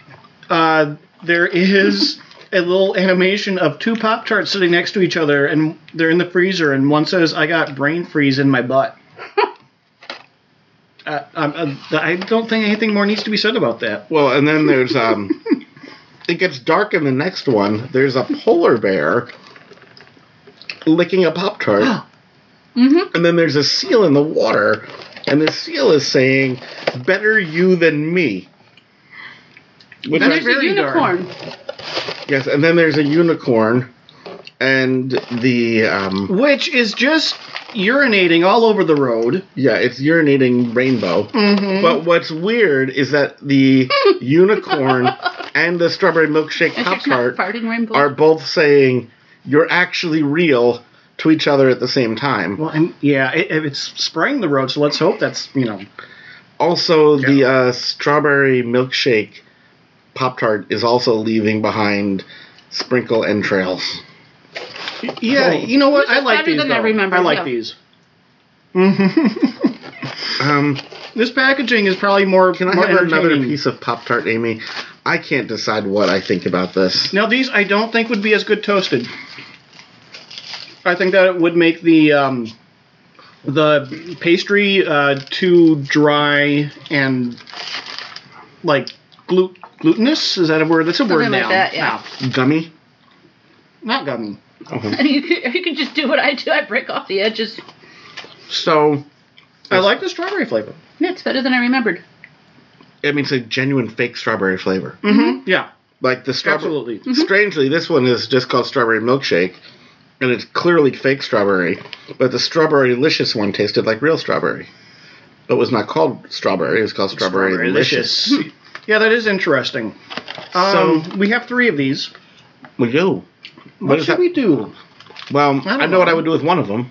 [SPEAKER 3] uh, there is a little animation of two Pop Tarts sitting next to each other, and they're in the freezer, and one says, I got brain freeze in
[SPEAKER 1] (laughs)
[SPEAKER 3] my butt. uh, I'm, uh, I don't think anything more needs to be said about that.
[SPEAKER 2] Well, and then there's um, it gets dark in the next one. There's a polar bear licking a pop tart,
[SPEAKER 1] Mm-hmm.
[SPEAKER 2] and then there's a seal in the water, and the seal is saying, "Better you than me." Which
[SPEAKER 1] And
[SPEAKER 2] I-
[SPEAKER 1] there's a
[SPEAKER 3] very dark.
[SPEAKER 1] unicorn.
[SPEAKER 2] yes, and then there's a unicorn, and the um,
[SPEAKER 3] Which is just urinating all over the road.
[SPEAKER 2] yeah, it's urinating rainbow.
[SPEAKER 3] Mm-hmm.
[SPEAKER 2] But what's weird is that the unicorn and the strawberry milkshake
[SPEAKER 1] And
[SPEAKER 2] pop
[SPEAKER 1] she's not
[SPEAKER 2] tart
[SPEAKER 1] farting rainbow. (laughs)
[SPEAKER 2] are both saying you're actually real to each other at the same time.
[SPEAKER 3] Well, and yeah, it, it- it's spraying the road, so let's hope that's you know.
[SPEAKER 2] Also, the uh, strawberry milkshake pop tart is also leaving behind sprinkle entrails.
[SPEAKER 3] Yeah, you know what?
[SPEAKER 1] Yours
[SPEAKER 3] I
[SPEAKER 1] is
[SPEAKER 3] like
[SPEAKER 1] better
[SPEAKER 3] these.
[SPEAKER 1] than I
[SPEAKER 3] though.
[SPEAKER 1] remember,
[SPEAKER 3] I like
[SPEAKER 1] yeah.
[SPEAKER 3] these. (laughs) hmm
[SPEAKER 2] Um,
[SPEAKER 3] this packaging is probably more.
[SPEAKER 2] can I
[SPEAKER 3] more
[SPEAKER 2] have another
[SPEAKER 3] entertaining.
[SPEAKER 2] piece of pop tart, Amy? I can't decide what I think about this.
[SPEAKER 3] Now these I don't think would be as good toasted. I think that it would make the um, the pastry uh, too dry and like glut- glutinous. Is that a word? That's a word
[SPEAKER 1] Something like
[SPEAKER 3] now.
[SPEAKER 1] that, yeah.
[SPEAKER 2] Gummy.
[SPEAKER 3] No, not gummy.
[SPEAKER 2] Okay.
[SPEAKER 1] you, could, you could just do what I do. I break off the edges.
[SPEAKER 2] So,
[SPEAKER 3] I like the strawberry flavor.
[SPEAKER 1] That's better than I remembered.
[SPEAKER 2] I mean, it's a genuine fake strawberry flavor.
[SPEAKER 3] Mm-hmm. Yeah,
[SPEAKER 2] Like the strawberry.
[SPEAKER 3] absolutely.
[SPEAKER 2] Strangely, this one is just called Strawberry Milkshake, and it's clearly fake strawberry, but the strawberry licious one tasted like real strawberry. It was not called strawberry, it was called strawberry licious.
[SPEAKER 3] delicious. yeah, that is interesting. Um, we have three of these.
[SPEAKER 2] Well, yo.
[SPEAKER 3] What,
[SPEAKER 2] What is
[SPEAKER 3] should
[SPEAKER 2] that?
[SPEAKER 3] we do?
[SPEAKER 2] Well,
[SPEAKER 3] I
[SPEAKER 2] I,
[SPEAKER 3] don't
[SPEAKER 2] know what
[SPEAKER 3] know.
[SPEAKER 2] I would do with one of them.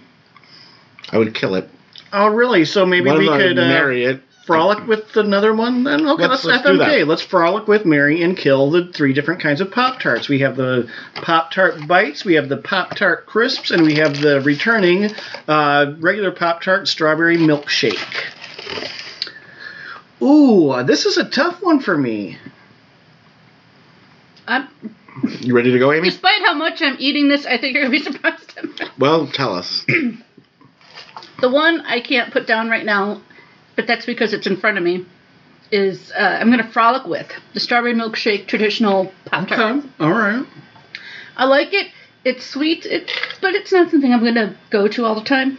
[SPEAKER 2] I would kill it.
[SPEAKER 3] Oh, really? So maybe
[SPEAKER 2] one
[SPEAKER 3] we
[SPEAKER 2] of them, I would
[SPEAKER 3] could uh,
[SPEAKER 2] marry it.
[SPEAKER 3] frolic with another one then? Okay,
[SPEAKER 2] Let's-
[SPEAKER 3] let's,
[SPEAKER 2] let's do
[SPEAKER 3] FMK.
[SPEAKER 2] that.
[SPEAKER 3] Let's frolic with Mary and kill the three different kinds of Pop Tarts. We have the Pop Tart Bites, we have the Pop Tart Crisps, and we have the returning uh, regular Pop Tart Strawberry Milkshake. Ooh, this is a tough one for me.
[SPEAKER 1] I'm,
[SPEAKER 2] You ready to go, Amy?
[SPEAKER 1] despite how much I'm eating this, I think you're going to be (laughs) surprised.
[SPEAKER 2] Well, tell
[SPEAKER 3] (clears throat)
[SPEAKER 2] us.
[SPEAKER 1] the one I can't put down right now, but that's because it's in front of me, is uh, I'm going to frolic with the strawberry milkshake traditional pop tart.
[SPEAKER 3] all right.
[SPEAKER 1] I like it. It's sweet, it, but it's not something I'm going to go to all the time.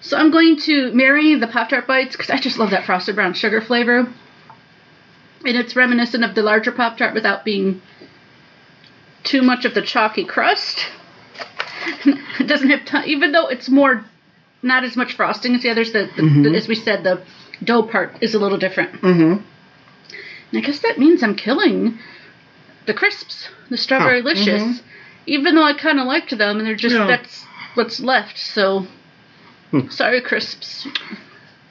[SPEAKER 1] So I'm going to marry the Pop Tart Bites because I just love that frosted brown sugar flavor. And it's reminiscent of the larger Pop Tart without being too much of the chalky crust. (laughs) it doesn't have ton, even though it's more, not as much frosting as the others. The, the,
[SPEAKER 3] Mhm.
[SPEAKER 1] as we said, the dough part is a little different.
[SPEAKER 3] Mm-hmm.
[SPEAKER 1] And I guess that means I'm killing the crisps, the strawberry licious.
[SPEAKER 3] mhm.
[SPEAKER 2] Mm-hmm.
[SPEAKER 1] Even though I kind of liked them, and they're just
[SPEAKER 3] Yeah.
[SPEAKER 1] that's what's left. So
[SPEAKER 2] Hmm.
[SPEAKER 1] sorry, crisps.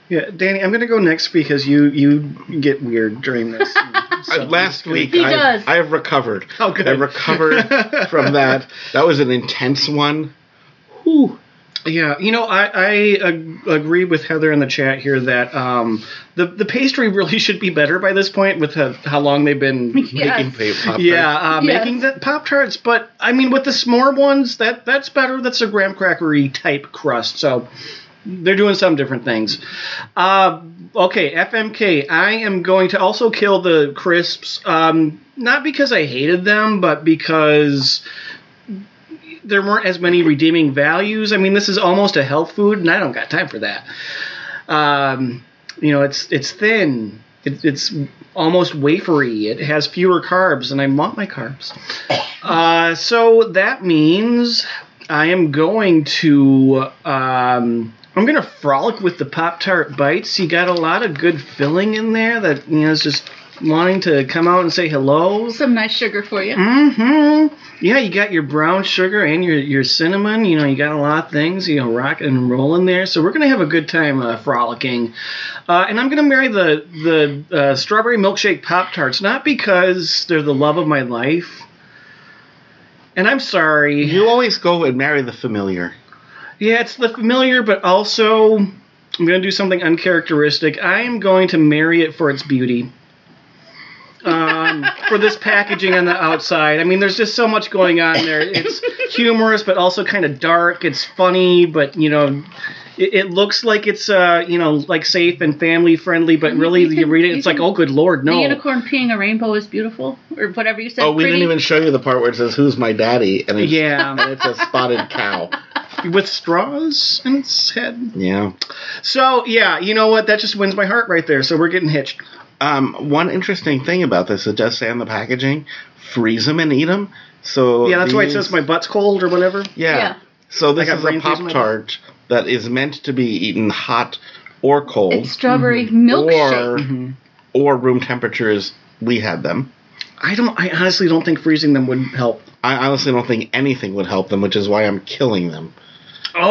[SPEAKER 3] Yeah, Danny, I'm gonna go next because you you get weird
[SPEAKER 2] (laughs)
[SPEAKER 3] during this.
[SPEAKER 2] Uh, Last week,
[SPEAKER 1] He
[SPEAKER 2] I,
[SPEAKER 1] does.
[SPEAKER 2] I have recovered.
[SPEAKER 3] Oh, good.
[SPEAKER 2] I
[SPEAKER 3] (laughs)
[SPEAKER 2] recovered from that. That was an intense one. Whew.
[SPEAKER 3] yeah, you know, I I ag- agree with Heather in the chat here that um the the pastry really (laughs) should be better by this point with how, how long they've been.
[SPEAKER 1] Yes.
[SPEAKER 2] Pop-Tart.
[SPEAKER 3] Yeah, uh,
[SPEAKER 1] Yes.
[SPEAKER 3] making the pop tarts, but I mean, with the s'more ones, that that's better. That's a graham crackery type crust, so they're doing some different things. Uh, okay, FMK. I am going to also kill the crisps. Um, not because I hated them, but because there weren't as many redeeming values. I mean, this is almost a health food, and I don't got time for that. Um, you know, it's it's thin. It, it's almost wafery. It has fewer carbs, and I want my carbs. Uh, so that means I am going to. Um, I'm gonna frolic with the Pop Tart bites. You got a lot of good filling in there that you know is just wanting to come out and say hello.
[SPEAKER 1] Some nice sugar for you.
[SPEAKER 3] Mm-hmm. Yeah, you got your brown sugar and your, your cinnamon. You know, you got a lot of things, you know, rock and roll in there. So we're going to have a good time uh, frolicking. Uh, and I'm going to marry the, the uh, strawberry milkshake Pop-Tarts, not because they're the love of my life. And I'm sorry.
[SPEAKER 2] You always go and marry the familiar.
[SPEAKER 3] Yeah, it's the familiar, but also I'm going to do something uncharacteristic. I am going to marry it for its beauty. Uh, um, for this packaging on the outside. I mean, there's just so much going on there. It's humorous, but also kind of dark. It's funny, but you know, it, it looks like it's uh, you know, like safe and family friendly, but
[SPEAKER 1] Mhm,
[SPEAKER 3] really,
[SPEAKER 1] you
[SPEAKER 3] you
[SPEAKER 1] can-
[SPEAKER 3] read it,
[SPEAKER 1] you
[SPEAKER 3] it's
[SPEAKER 1] can-
[SPEAKER 3] like, oh, good lord,
[SPEAKER 1] The
[SPEAKER 3] no.
[SPEAKER 1] unicorn peeing a rainbow is beautiful, or whatever you said.
[SPEAKER 2] Oh, we
[SPEAKER 1] pretty.
[SPEAKER 2] didn't even show you the part where it says "Who's my daddy?" and it's,
[SPEAKER 3] Yeah,
[SPEAKER 2] (laughs) and it's a spotted cow.
[SPEAKER 3] with straws in its head.
[SPEAKER 2] Yeah.
[SPEAKER 3] So yeah, you know what? That just wins my heart right there. So we're getting hitched.
[SPEAKER 2] Um, one interesting thing about this, it does say on the packaging, freeze them and eat them. So
[SPEAKER 3] Yeah, that's why it
[SPEAKER 2] these-
[SPEAKER 3] says my butt's cold or whatever.
[SPEAKER 2] Yeah.
[SPEAKER 1] Yeah.
[SPEAKER 2] So this
[SPEAKER 3] I got
[SPEAKER 2] is
[SPEAKER 3] brain
[SPEAKER 2] a
[SPEAKER 3] freeze in
[SPEAKER 2] pop
[SPEAKER 3] my
[SPEAKER 2] tart that is meant to be eaten hot or cold,
[SPEAKER 1] It's strawberry
[SPEAKER 2] Mm-hmm. or Mm-hmm.
[SPEAKER 1] milkshake.
[SPEAKER 2] or room temperature as we had them.
[SPEAKER 3] I don't. I honestly don't think freezing them would help.
[SPEAKER 2] I honestly don't think anything would help them, which is why I'm killing them.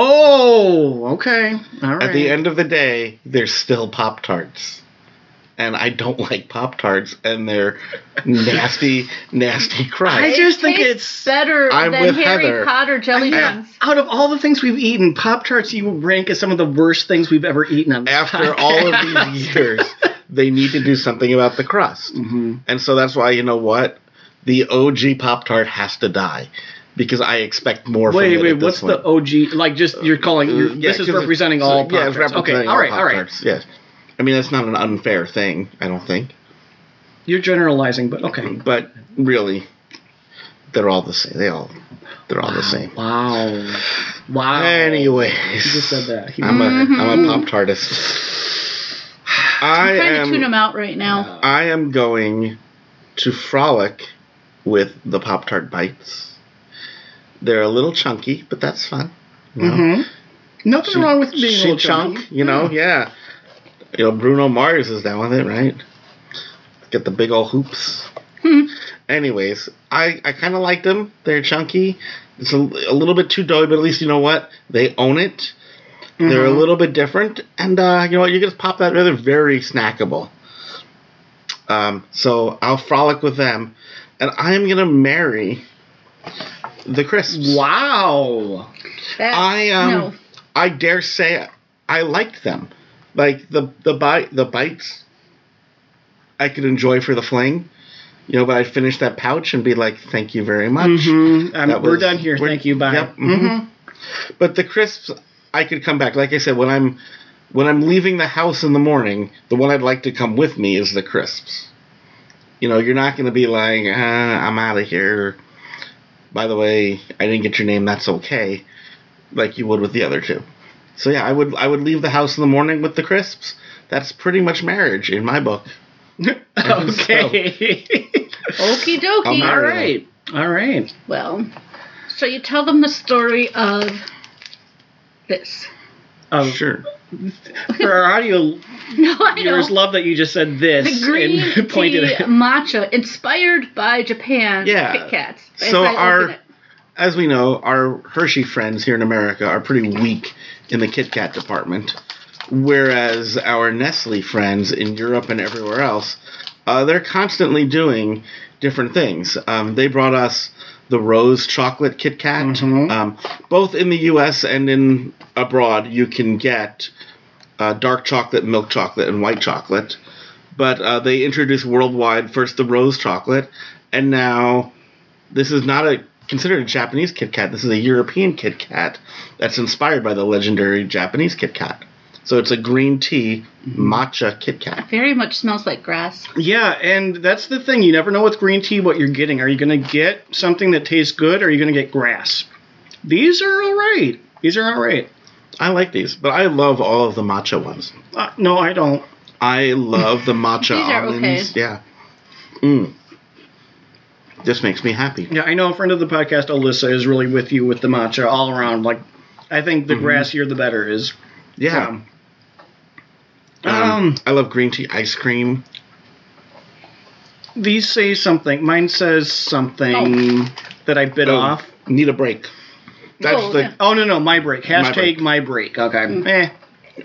[SPEAKER 3] Oh, okay. All right.
[SPEAKER 2] At the end of the day, they're still Pop Tarts. And I don't like Pop Tarts and their nasty, nasty
[SPEAKER 3] I
[SPEAKER 2] crust.
[SPEAKER 3] just think
[SPEAKER 1] tastes
[SPEAKER 3] it's
[SPEAKER 1] better
[SPEAKER 2] I'm
[SPEAKER 1] than
[SPEAKER 2] with
[SPEAKER 1] Harry
[SPEAKER 2] Heather.
[SPEAKER 1] Potter jelly
[SPEAKER 2] I-
[SPEAKER 1] beans.
[SPEAKER 3] out of all the things we've eaten, Pop Tarts you rank as some of the worst things we've ever eaten on this
[SPEAKER 2] After all of these years, they need to do something about the crust.
[SPEAKER 3] hmm
[SPEAKER 2] And so that's why, you know what? The OG Pop Tart has to die. Because I expect more from
[SPEAKER 3] Wait,
[SPEAKER 2] it
[SPEAKER 3] wait.
[SPEAKER 2] at this
[SPEAKER 3] What's the
[SPEAKER 2] point. Uh, Mm,
[SPEAKER 3] OG? Like, just you're calling. You're,
[SPEAKER 2] Yeah,
[SPEAKER 3] this is
[SPEAKER 2] 'cause it-
[SPEAKER 3] representing
[SPEAKER 2] so-
[SPEAKER 3] all. Pop
[SPEAKER 2] yeah, it's
[SPEAKER 3] Okay.
[SPEAKER 2] representing
[SPEAKER 3] All right.
[SPEAKER 2] all
[SPEAKER 3] All right.
[SPEAKER 2] Pop-Tarts, Yes. I mean, that's not an unfair thing, I don't think.
[SPEAKER 3] You're generalizing, but okay.
[SPEAKER 2] (clears throat) But really, they're all the same. They all, they're all the same.
[SPEAKER 3] Wow. Wow.
[SPEAKER 2] Anyways,
[SPEAKER 3] He just said that. He-
[SPEAKER 2] I'm a am
[SPEAKER 1] Mhm.
[SPEAKER 2] a pop tartist. I
[SPEAKER 1] I'm trying to tune
[SPEAKER 2] am
[SPEAKER 1] them out right now.
[SPEAKER 2] I am going to frolic with the pop tart bites. They're a little chunky, but that's fun. You know?
[SPEAKER 3] Mhm. Nothing wrong with being a
[SPEAKER 2] She
[SPEAKER 3] little chunky.
[SPEAKER 2] chunk, you know, yeah. You know, Bruno Mars is down with it, right? Get the big old hoops.
[SPEAKER 1] (laughs) Hmm.
[SPEAKER 2] Anyways, I, I kind of liked them. They're chunky. It's a, a little bit too doughy, but at least you know what? They own it. They're a
[SPEAKER 3] Mhm.
[SPEAKER 2] little bit different. And uh, you know what? You can just pop that. They're very snackable. Um, so I'll frolic with them. And I am going to marry the crisps.
[SPEAKER 3] Wow.
[SPEAKER 1] That's-
[SPEAKER 2] I, um,
[SPEAKER 1] no.
[SPEAKER 2] I dare say I liked them. Like the the bite the bites I could enjoy for the fling. You know, but I'd finish that pouch and be like, Thank you very much.
[SPEAKER 3] Mm-hmm. I'm,
[SPEAKER 2] That
[SPEAKER 3] we're
[SPEAKER 2] was-
[SPEAKER 3] done here.
[SPEAKER 2] we're-
[SPEAKER 3] Thank you. Bye. Mm-hmm.
[SPEAKER 2] Yep. mhm. But the crisps I could come back. Like I said, when I'm when I'm leaving the house in the morning, the one I'd like to come with me is the crisps. You know, you're not gonna be like, uh, I'm out of here. By the way, I didn't get your name, that's okay. Like you would with the other two. So yeah, I would I would leave the house in the morning with the crisps. That's pretty much marriage in my book.
[SPEAKER 3] (laughs) okay. Oh,
[SPEAKER 1] Okie
[SPEAKER 2] I'll
[SPEAKER 1] dokie.
[SPEAKER 2] marry
[SPEAKER 3] All right. All right.
[SPEAKER 1] Well, so you tell them the story of this.
[SPEAKER 3] Um,
[SPEAKER 2] Sure.
[SPEAKER 3] For our audio
[SPEAKER 1] (laughs) No, I know.
[SPEAKER 3] viewers, love that you just said this
[SPEAKER 1] The green
[SPEAKER 3] and (laughs) pointed
[SPEAKER 1] tea
[SPEAKER 3] it out.
[SPEAKER 1] matcha, inspired by Japan
[SPEAKER 2] Yeah.
[SPEAKER 1] Kit Kats. As
[SPEAKER 2] So
[SPEAKER 1] I open
[SPEAKER 2] our-
[SPEAKER 1] it.
[SPEAKER 2] as we know, our Hershey friends here in America are pretty weak in the Kit Kat department, whereas our Nestle friends in Europe and everywhere else, uh, they're constantly doing different things. Um, they brought us the rose chocolate Kit Kat.
[SPEAKER 3] Mhm.
[SPEAKER 2] Um, both in the U.S. and in abroad, you can get uh, dark chocolate, milk chocolate, and white chocolate. But uh, they introduced worldwide first the rose chocolate, and now this is not a considered a Japanese Kit Kat. This is a European Kit Kat that's inspired by the legendary Japanese Kit Kat. So it's a green tea matcha Kit Kat.
[SPEAKER 1] very much smells like grass.
[SPEAKER 3] Yeah, and that's the thing. You never know with green tea what you're getting. Are you going to get something that tastes good or are you going to get grass? These are all right. These are all right.
[SPEAKER 2] I like these, but I love all of the matcha ones.
[SPEAKER 3] Uh, no, I don't.
[SPEAKER 2] I love the matcha
[SPEAKER 1] These are
[SPEAKER 2] almonds.
[SPEAKER 1] okay.
[SPEAKER 2] Yeah. Mm. This makes me happy.
[SPEAKER 3] Yeah, I know a friend of the podcast, Alyssa, is really with you with the matcha all around. Like, I think the grassier the better is.
[SPEAKER 2] Yeah.
[SPEAKER 3] Um,
[SPEAKER 2] Um,
[SPEAKER 3] um,
[SPEAKER 2] I love green tea ice cream.
[SPEAKER 3] These say something. Mine says something that I bit
[SPEAKER 2] Oh.
[SPEAKER 3] off.
[SPEAKER 2] Need a break. That's
[SPEAKER 1] Oh,
[SPEAKER 2] the
[SPEAKER 1] yeah.
[SPEAKER 3] Oh no no, my break. Hashtag
[SPEAKER 2] break.
[SPEAKER 3] my break. Okay. Eh.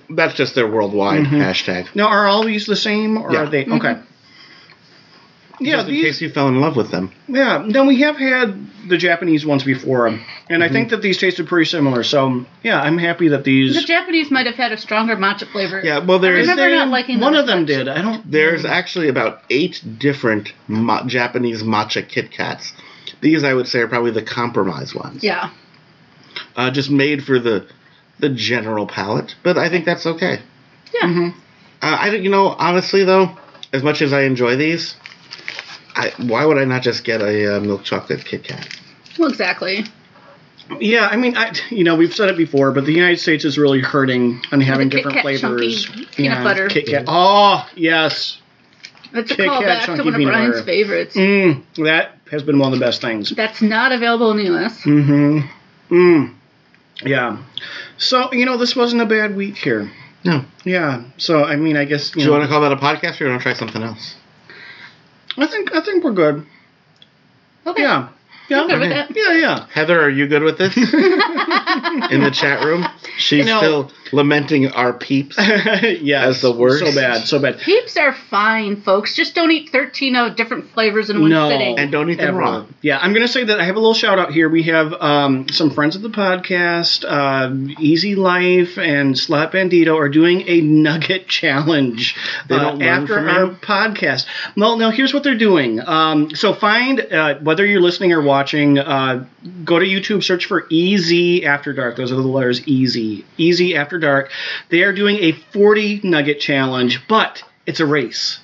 [SPEAKER 2] that's just their worldwide hashtag.
[SPEAKER 3] Now are all these the same or
[SPEAKER 2] Yeah.
[SPEAKER 3] are they okay? yeah,
[SPEAKER 2] Mm-hmm. Just in
[SPEAKER 3] these-
[SPEAKER 2] case you fell in love with them.
[SPEAKER 3] Yeah, no, we have had the Japanese ones before, and I
[SPEAKER 2] Mm-hmm.
[SPEAKER 3] think that these tasted pretty similar. So yeah, I'm happy that
[SPEAKER 1] The
[SPEAKER 3] these.
[SPEAKER 1] Japanese might have had a stronger matcha flavor.
[SPEAKER 2] Yeah, well,
[SPEAKER 1] I
[SPEAKER 2] there's
[SPEAKER 1] remember
[SPEAKER 3] They-
[SPEAKER 1] not liking
[SPEAKER 3] one
[SPEAKER 1] them
[SPEAKER 3] of them
[SPEAKER 1] much.
[SPEAKER 3] did. I don't.
[SPEAKER 2] there's actually about eight different ma- Japanese matcha Kit Kats. These I would say are probably the compromise ones.
[SPEAKER 1] Yeah.
[SPEAKER 2] Uh, just made for the the general palate, but I think that's okay.
[SPEAKER 1] Yeah.
[SPEAKER 3] Mm-hmm.
[SPEAKER 2] Uh, I don't, you know, honestly though, as much as I enjoy these, I, why would I not just get a uh, milk chocolate Kit Kat?
[SPEAKER 1] Well, exactly.
[SPEAKER 3] Yeah, I mean, I (laughs) you know we've said it before, but the United States is really hurting on having
[SPEAKER 1] Kit
[SPEAKER 3] different
[SPEAKER 1] Kat chunky
[SPEAKER 3] flavors.
[SPEAKER 1] peanut butter.
[SPEAKER 3] Kit Kat. Oh yes,
[SPEAKER 1] That's a
[SPEAKER 3] Kit Kat
[SPEAKER 1] callback
[SPEAKER 3] chunky
[SPEAKER 1] to one of
[SPEAKER 3] peanut
[SPEAKER 1] Brian's
[SPEAKER 3] butter.
[SPEAKER 1] favorites.
[SPEAKER 3] mm, that has been one of the best things.
[SPEAKER 1] That's not available in the U.S.
[SPEAKER 3] Mm. Mm-hmm. Mm. Yeah. So you know this wasn't a bad week here.
[SPEAKER 2] No.
[SPEAKER 3] Yeah. So I mean, I guess you
[SPEAKER 2] Do you
[SPEAKER 3] know,
[SPEAKER 2] want to call that a podcast or you want to try something else?
[SPEAKER 3] I think I think we're good.
[SPEAKER 1] Okay.
[SPEAKER 3] Yeah.
[SPEAKER 1] I'm
[SPEAKER 3] Yeah.
[SPEAKER 1] good with
[SPEAKER 2] okay.
[SPEAKER 1] that.
[SPEAKER 3] Yeah, yeah.
[SPEAKER 2] Heather, are you good with this? In the chat room, she's
[SPEAKER 3] No.
[SPEAKER 2] still lamenting our peeps.
[SPEAKER 3] yeah, (laughs)
[SPEAKER 2] As the worst.
[SPEAKER 3] So bad, so bad.
[SPEAKER 1] Peeps are fine, folks. Just don't eat 13 of different flavors in one
[SPEAKER 3] No.
[SPEAKER 1] sitting.
[SPEAKER 2] And don't eat them
[SPEAKER 3] Ever.
[SPEAKER 2] raw.
[SPEAKER 3] Yeah, I'm gonna say that I have a little shout out here. We have um, some friends of the podcast, uh, Easy Life and Slot Bandito are doing a nugget (laughs) challenge
[SPEAKER 2] They
[SPEAKER 3] uh,
[SPEAKER 2] don't learn
[SPEAKER 3] after
[SPEAKER 2] from
[SPEAKER 3] our
[SPEAKER 2] you?
[SPEAKER 3] podcast. Well, now here's what they're doing. Um, so find uh, whether you're listening or watching. Uh, go to YouTube, search for Easy After Dark. Those are the letters Easy. Easy After Dark. They are doing a 40 nugget challenge, but it's a race.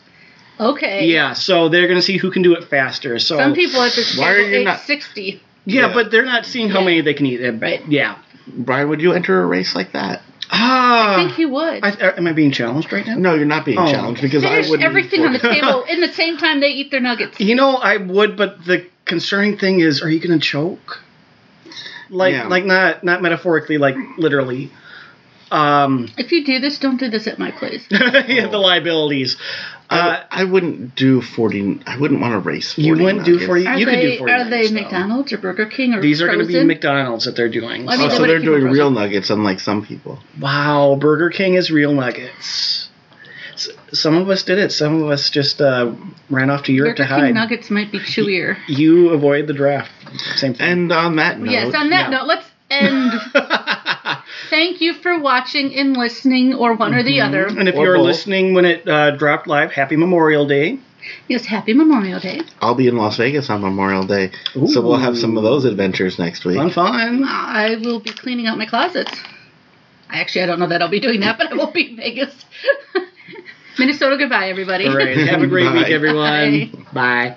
[SPEAKER 1] Okay.
[SPEAKER 3] Yeah, so they're going to see who can do it faster. So
[SPEAKER 1] Some people at this
[SPEAKER 2] Why are
[SPEAKER 1] table
[SPEAKER 2] you
[SPEAKER 1] ate
[SPEAKER 2] not-
[SPEAKER 1] 60.
[SPEAKER 3] yeah,
[SPEAKER 2] Yeah.
[SPEAKER 3] but they're not seeing how
[SPEAKER 1] Yeah.
[SPEAKER 3] many they can eat. Uh,
[SPEAKER 1] Right.
[SPEAKER 3] Yeah.
[SPEAKER 2] Brian, would you enter a race like that?
[SPEAKER 3] Ah.
[SPEAKER 1] I think he would.
[SPEAKER 3] I, uh, am I being challenged right now?
[SPEAKER 2] No, you're not being
[SPEAKER 3] Oh.
[SPEAKER 2] challenged because I
[SPEAKER 1] Finish
[SPEAKER 2] wouldn't.
[SPEAKER 1] everything on the table in the
[SPEAKER 3] (laughs)
[SPEAKER 1] same time they eat their nuggets.
[SPEAKER 3] You know, I would, but the concerning thing is, are you going to choke? Like,
[SPEAKER 2] Yeah.
[SPEAKER 3] like not not metaphorically, like literally. Um, (laughs)
[SPEAKER 1] If you do this, don't do this at my place.
[SPEAKER 3] yeah, the liabilities. Uh,
[SPEAKER 2] I, I wouldn't do 40. I wouldn't want to race 40.
[SPEAKER 3] you wouldn't do
[SPEAKER 2] nuggets.
[SPEAKER 3] forty.
[SPEAKER 1] Are
[SPEAKER 3] you
[SPEAKER 1] they,
[SPEAKER 3] could do forty.
[SPEAKER 1] Are they
[SPEAKER 3] nuggets, though.
[SPEAKER 1] McDonald's or Burger King or
[SPEAKER 3] These are going to be
[SPEAKER 1] Frozen?
[SPEAKER 3] McDonald's that they're doing.
[SPEAKER 1] I
[SPEAKER 2] Oh,
[SPEAKER 1] mean, they
[SPEAKER 2] so
[SPEAKER 1] would've
[SPEAKER 2] they're
[SPEAKER 1] keep it
[SPEAKER 2] doing real
[SPEAKER 1] frozen.
[SPEAKER 2] nuggets, unlike some people.
[SPEAKER 3] Wow, Burger King is real nuggets. S- Some of us did it. Some of us just uh, ran off to Europe
[SPEAKER 1] Burger
[SPEAKER 3] to
[SPEAKER 1] King
[SPEAKER 3] hide.
[SPEAKER 1] nuggets might be chewier.
[SPEAKER 3] You avoid the draft. Same thing.
[SPEAKER 2] And on that note,
[SPEAKER 1] yes, on that
[SPEAKER 3] no.
[SPEAKER 1] note, let's
[SPEAKER 3] (laughs)
[SPEAKER 1] end. Thank you for watching and listening, or one or the other.
[SPEAKER 3] And if
[SPEAKER 2] Or
[SPEAKER 3] you're
[SPEAKER 2] both.
[SPEAKER 3] listening when it uh, dropped live, happy Memorial Day.
[SPEAKER 1] Yes, happy Memorial Day.
[SPEAKER 2] I'll be in Las Vegas on Memorial Day, so we'll have some of those adventures next week.
[SPEAKER 3] Fun, fun.
[SPEAKER 1] I will be cleaning out my closets. I actually I don't know that I'll be doing that, but I will be in Vegas. (laughs) Minnesota, goodbye, everybody. (laughs)
[SPEAKER 3] All right. Have a great
[SPEAKER 2] (laughs)
[SPEAKER 3] week,
[SPEAKER 2] Bye.
[SPEAKER 3] everyone. Bye.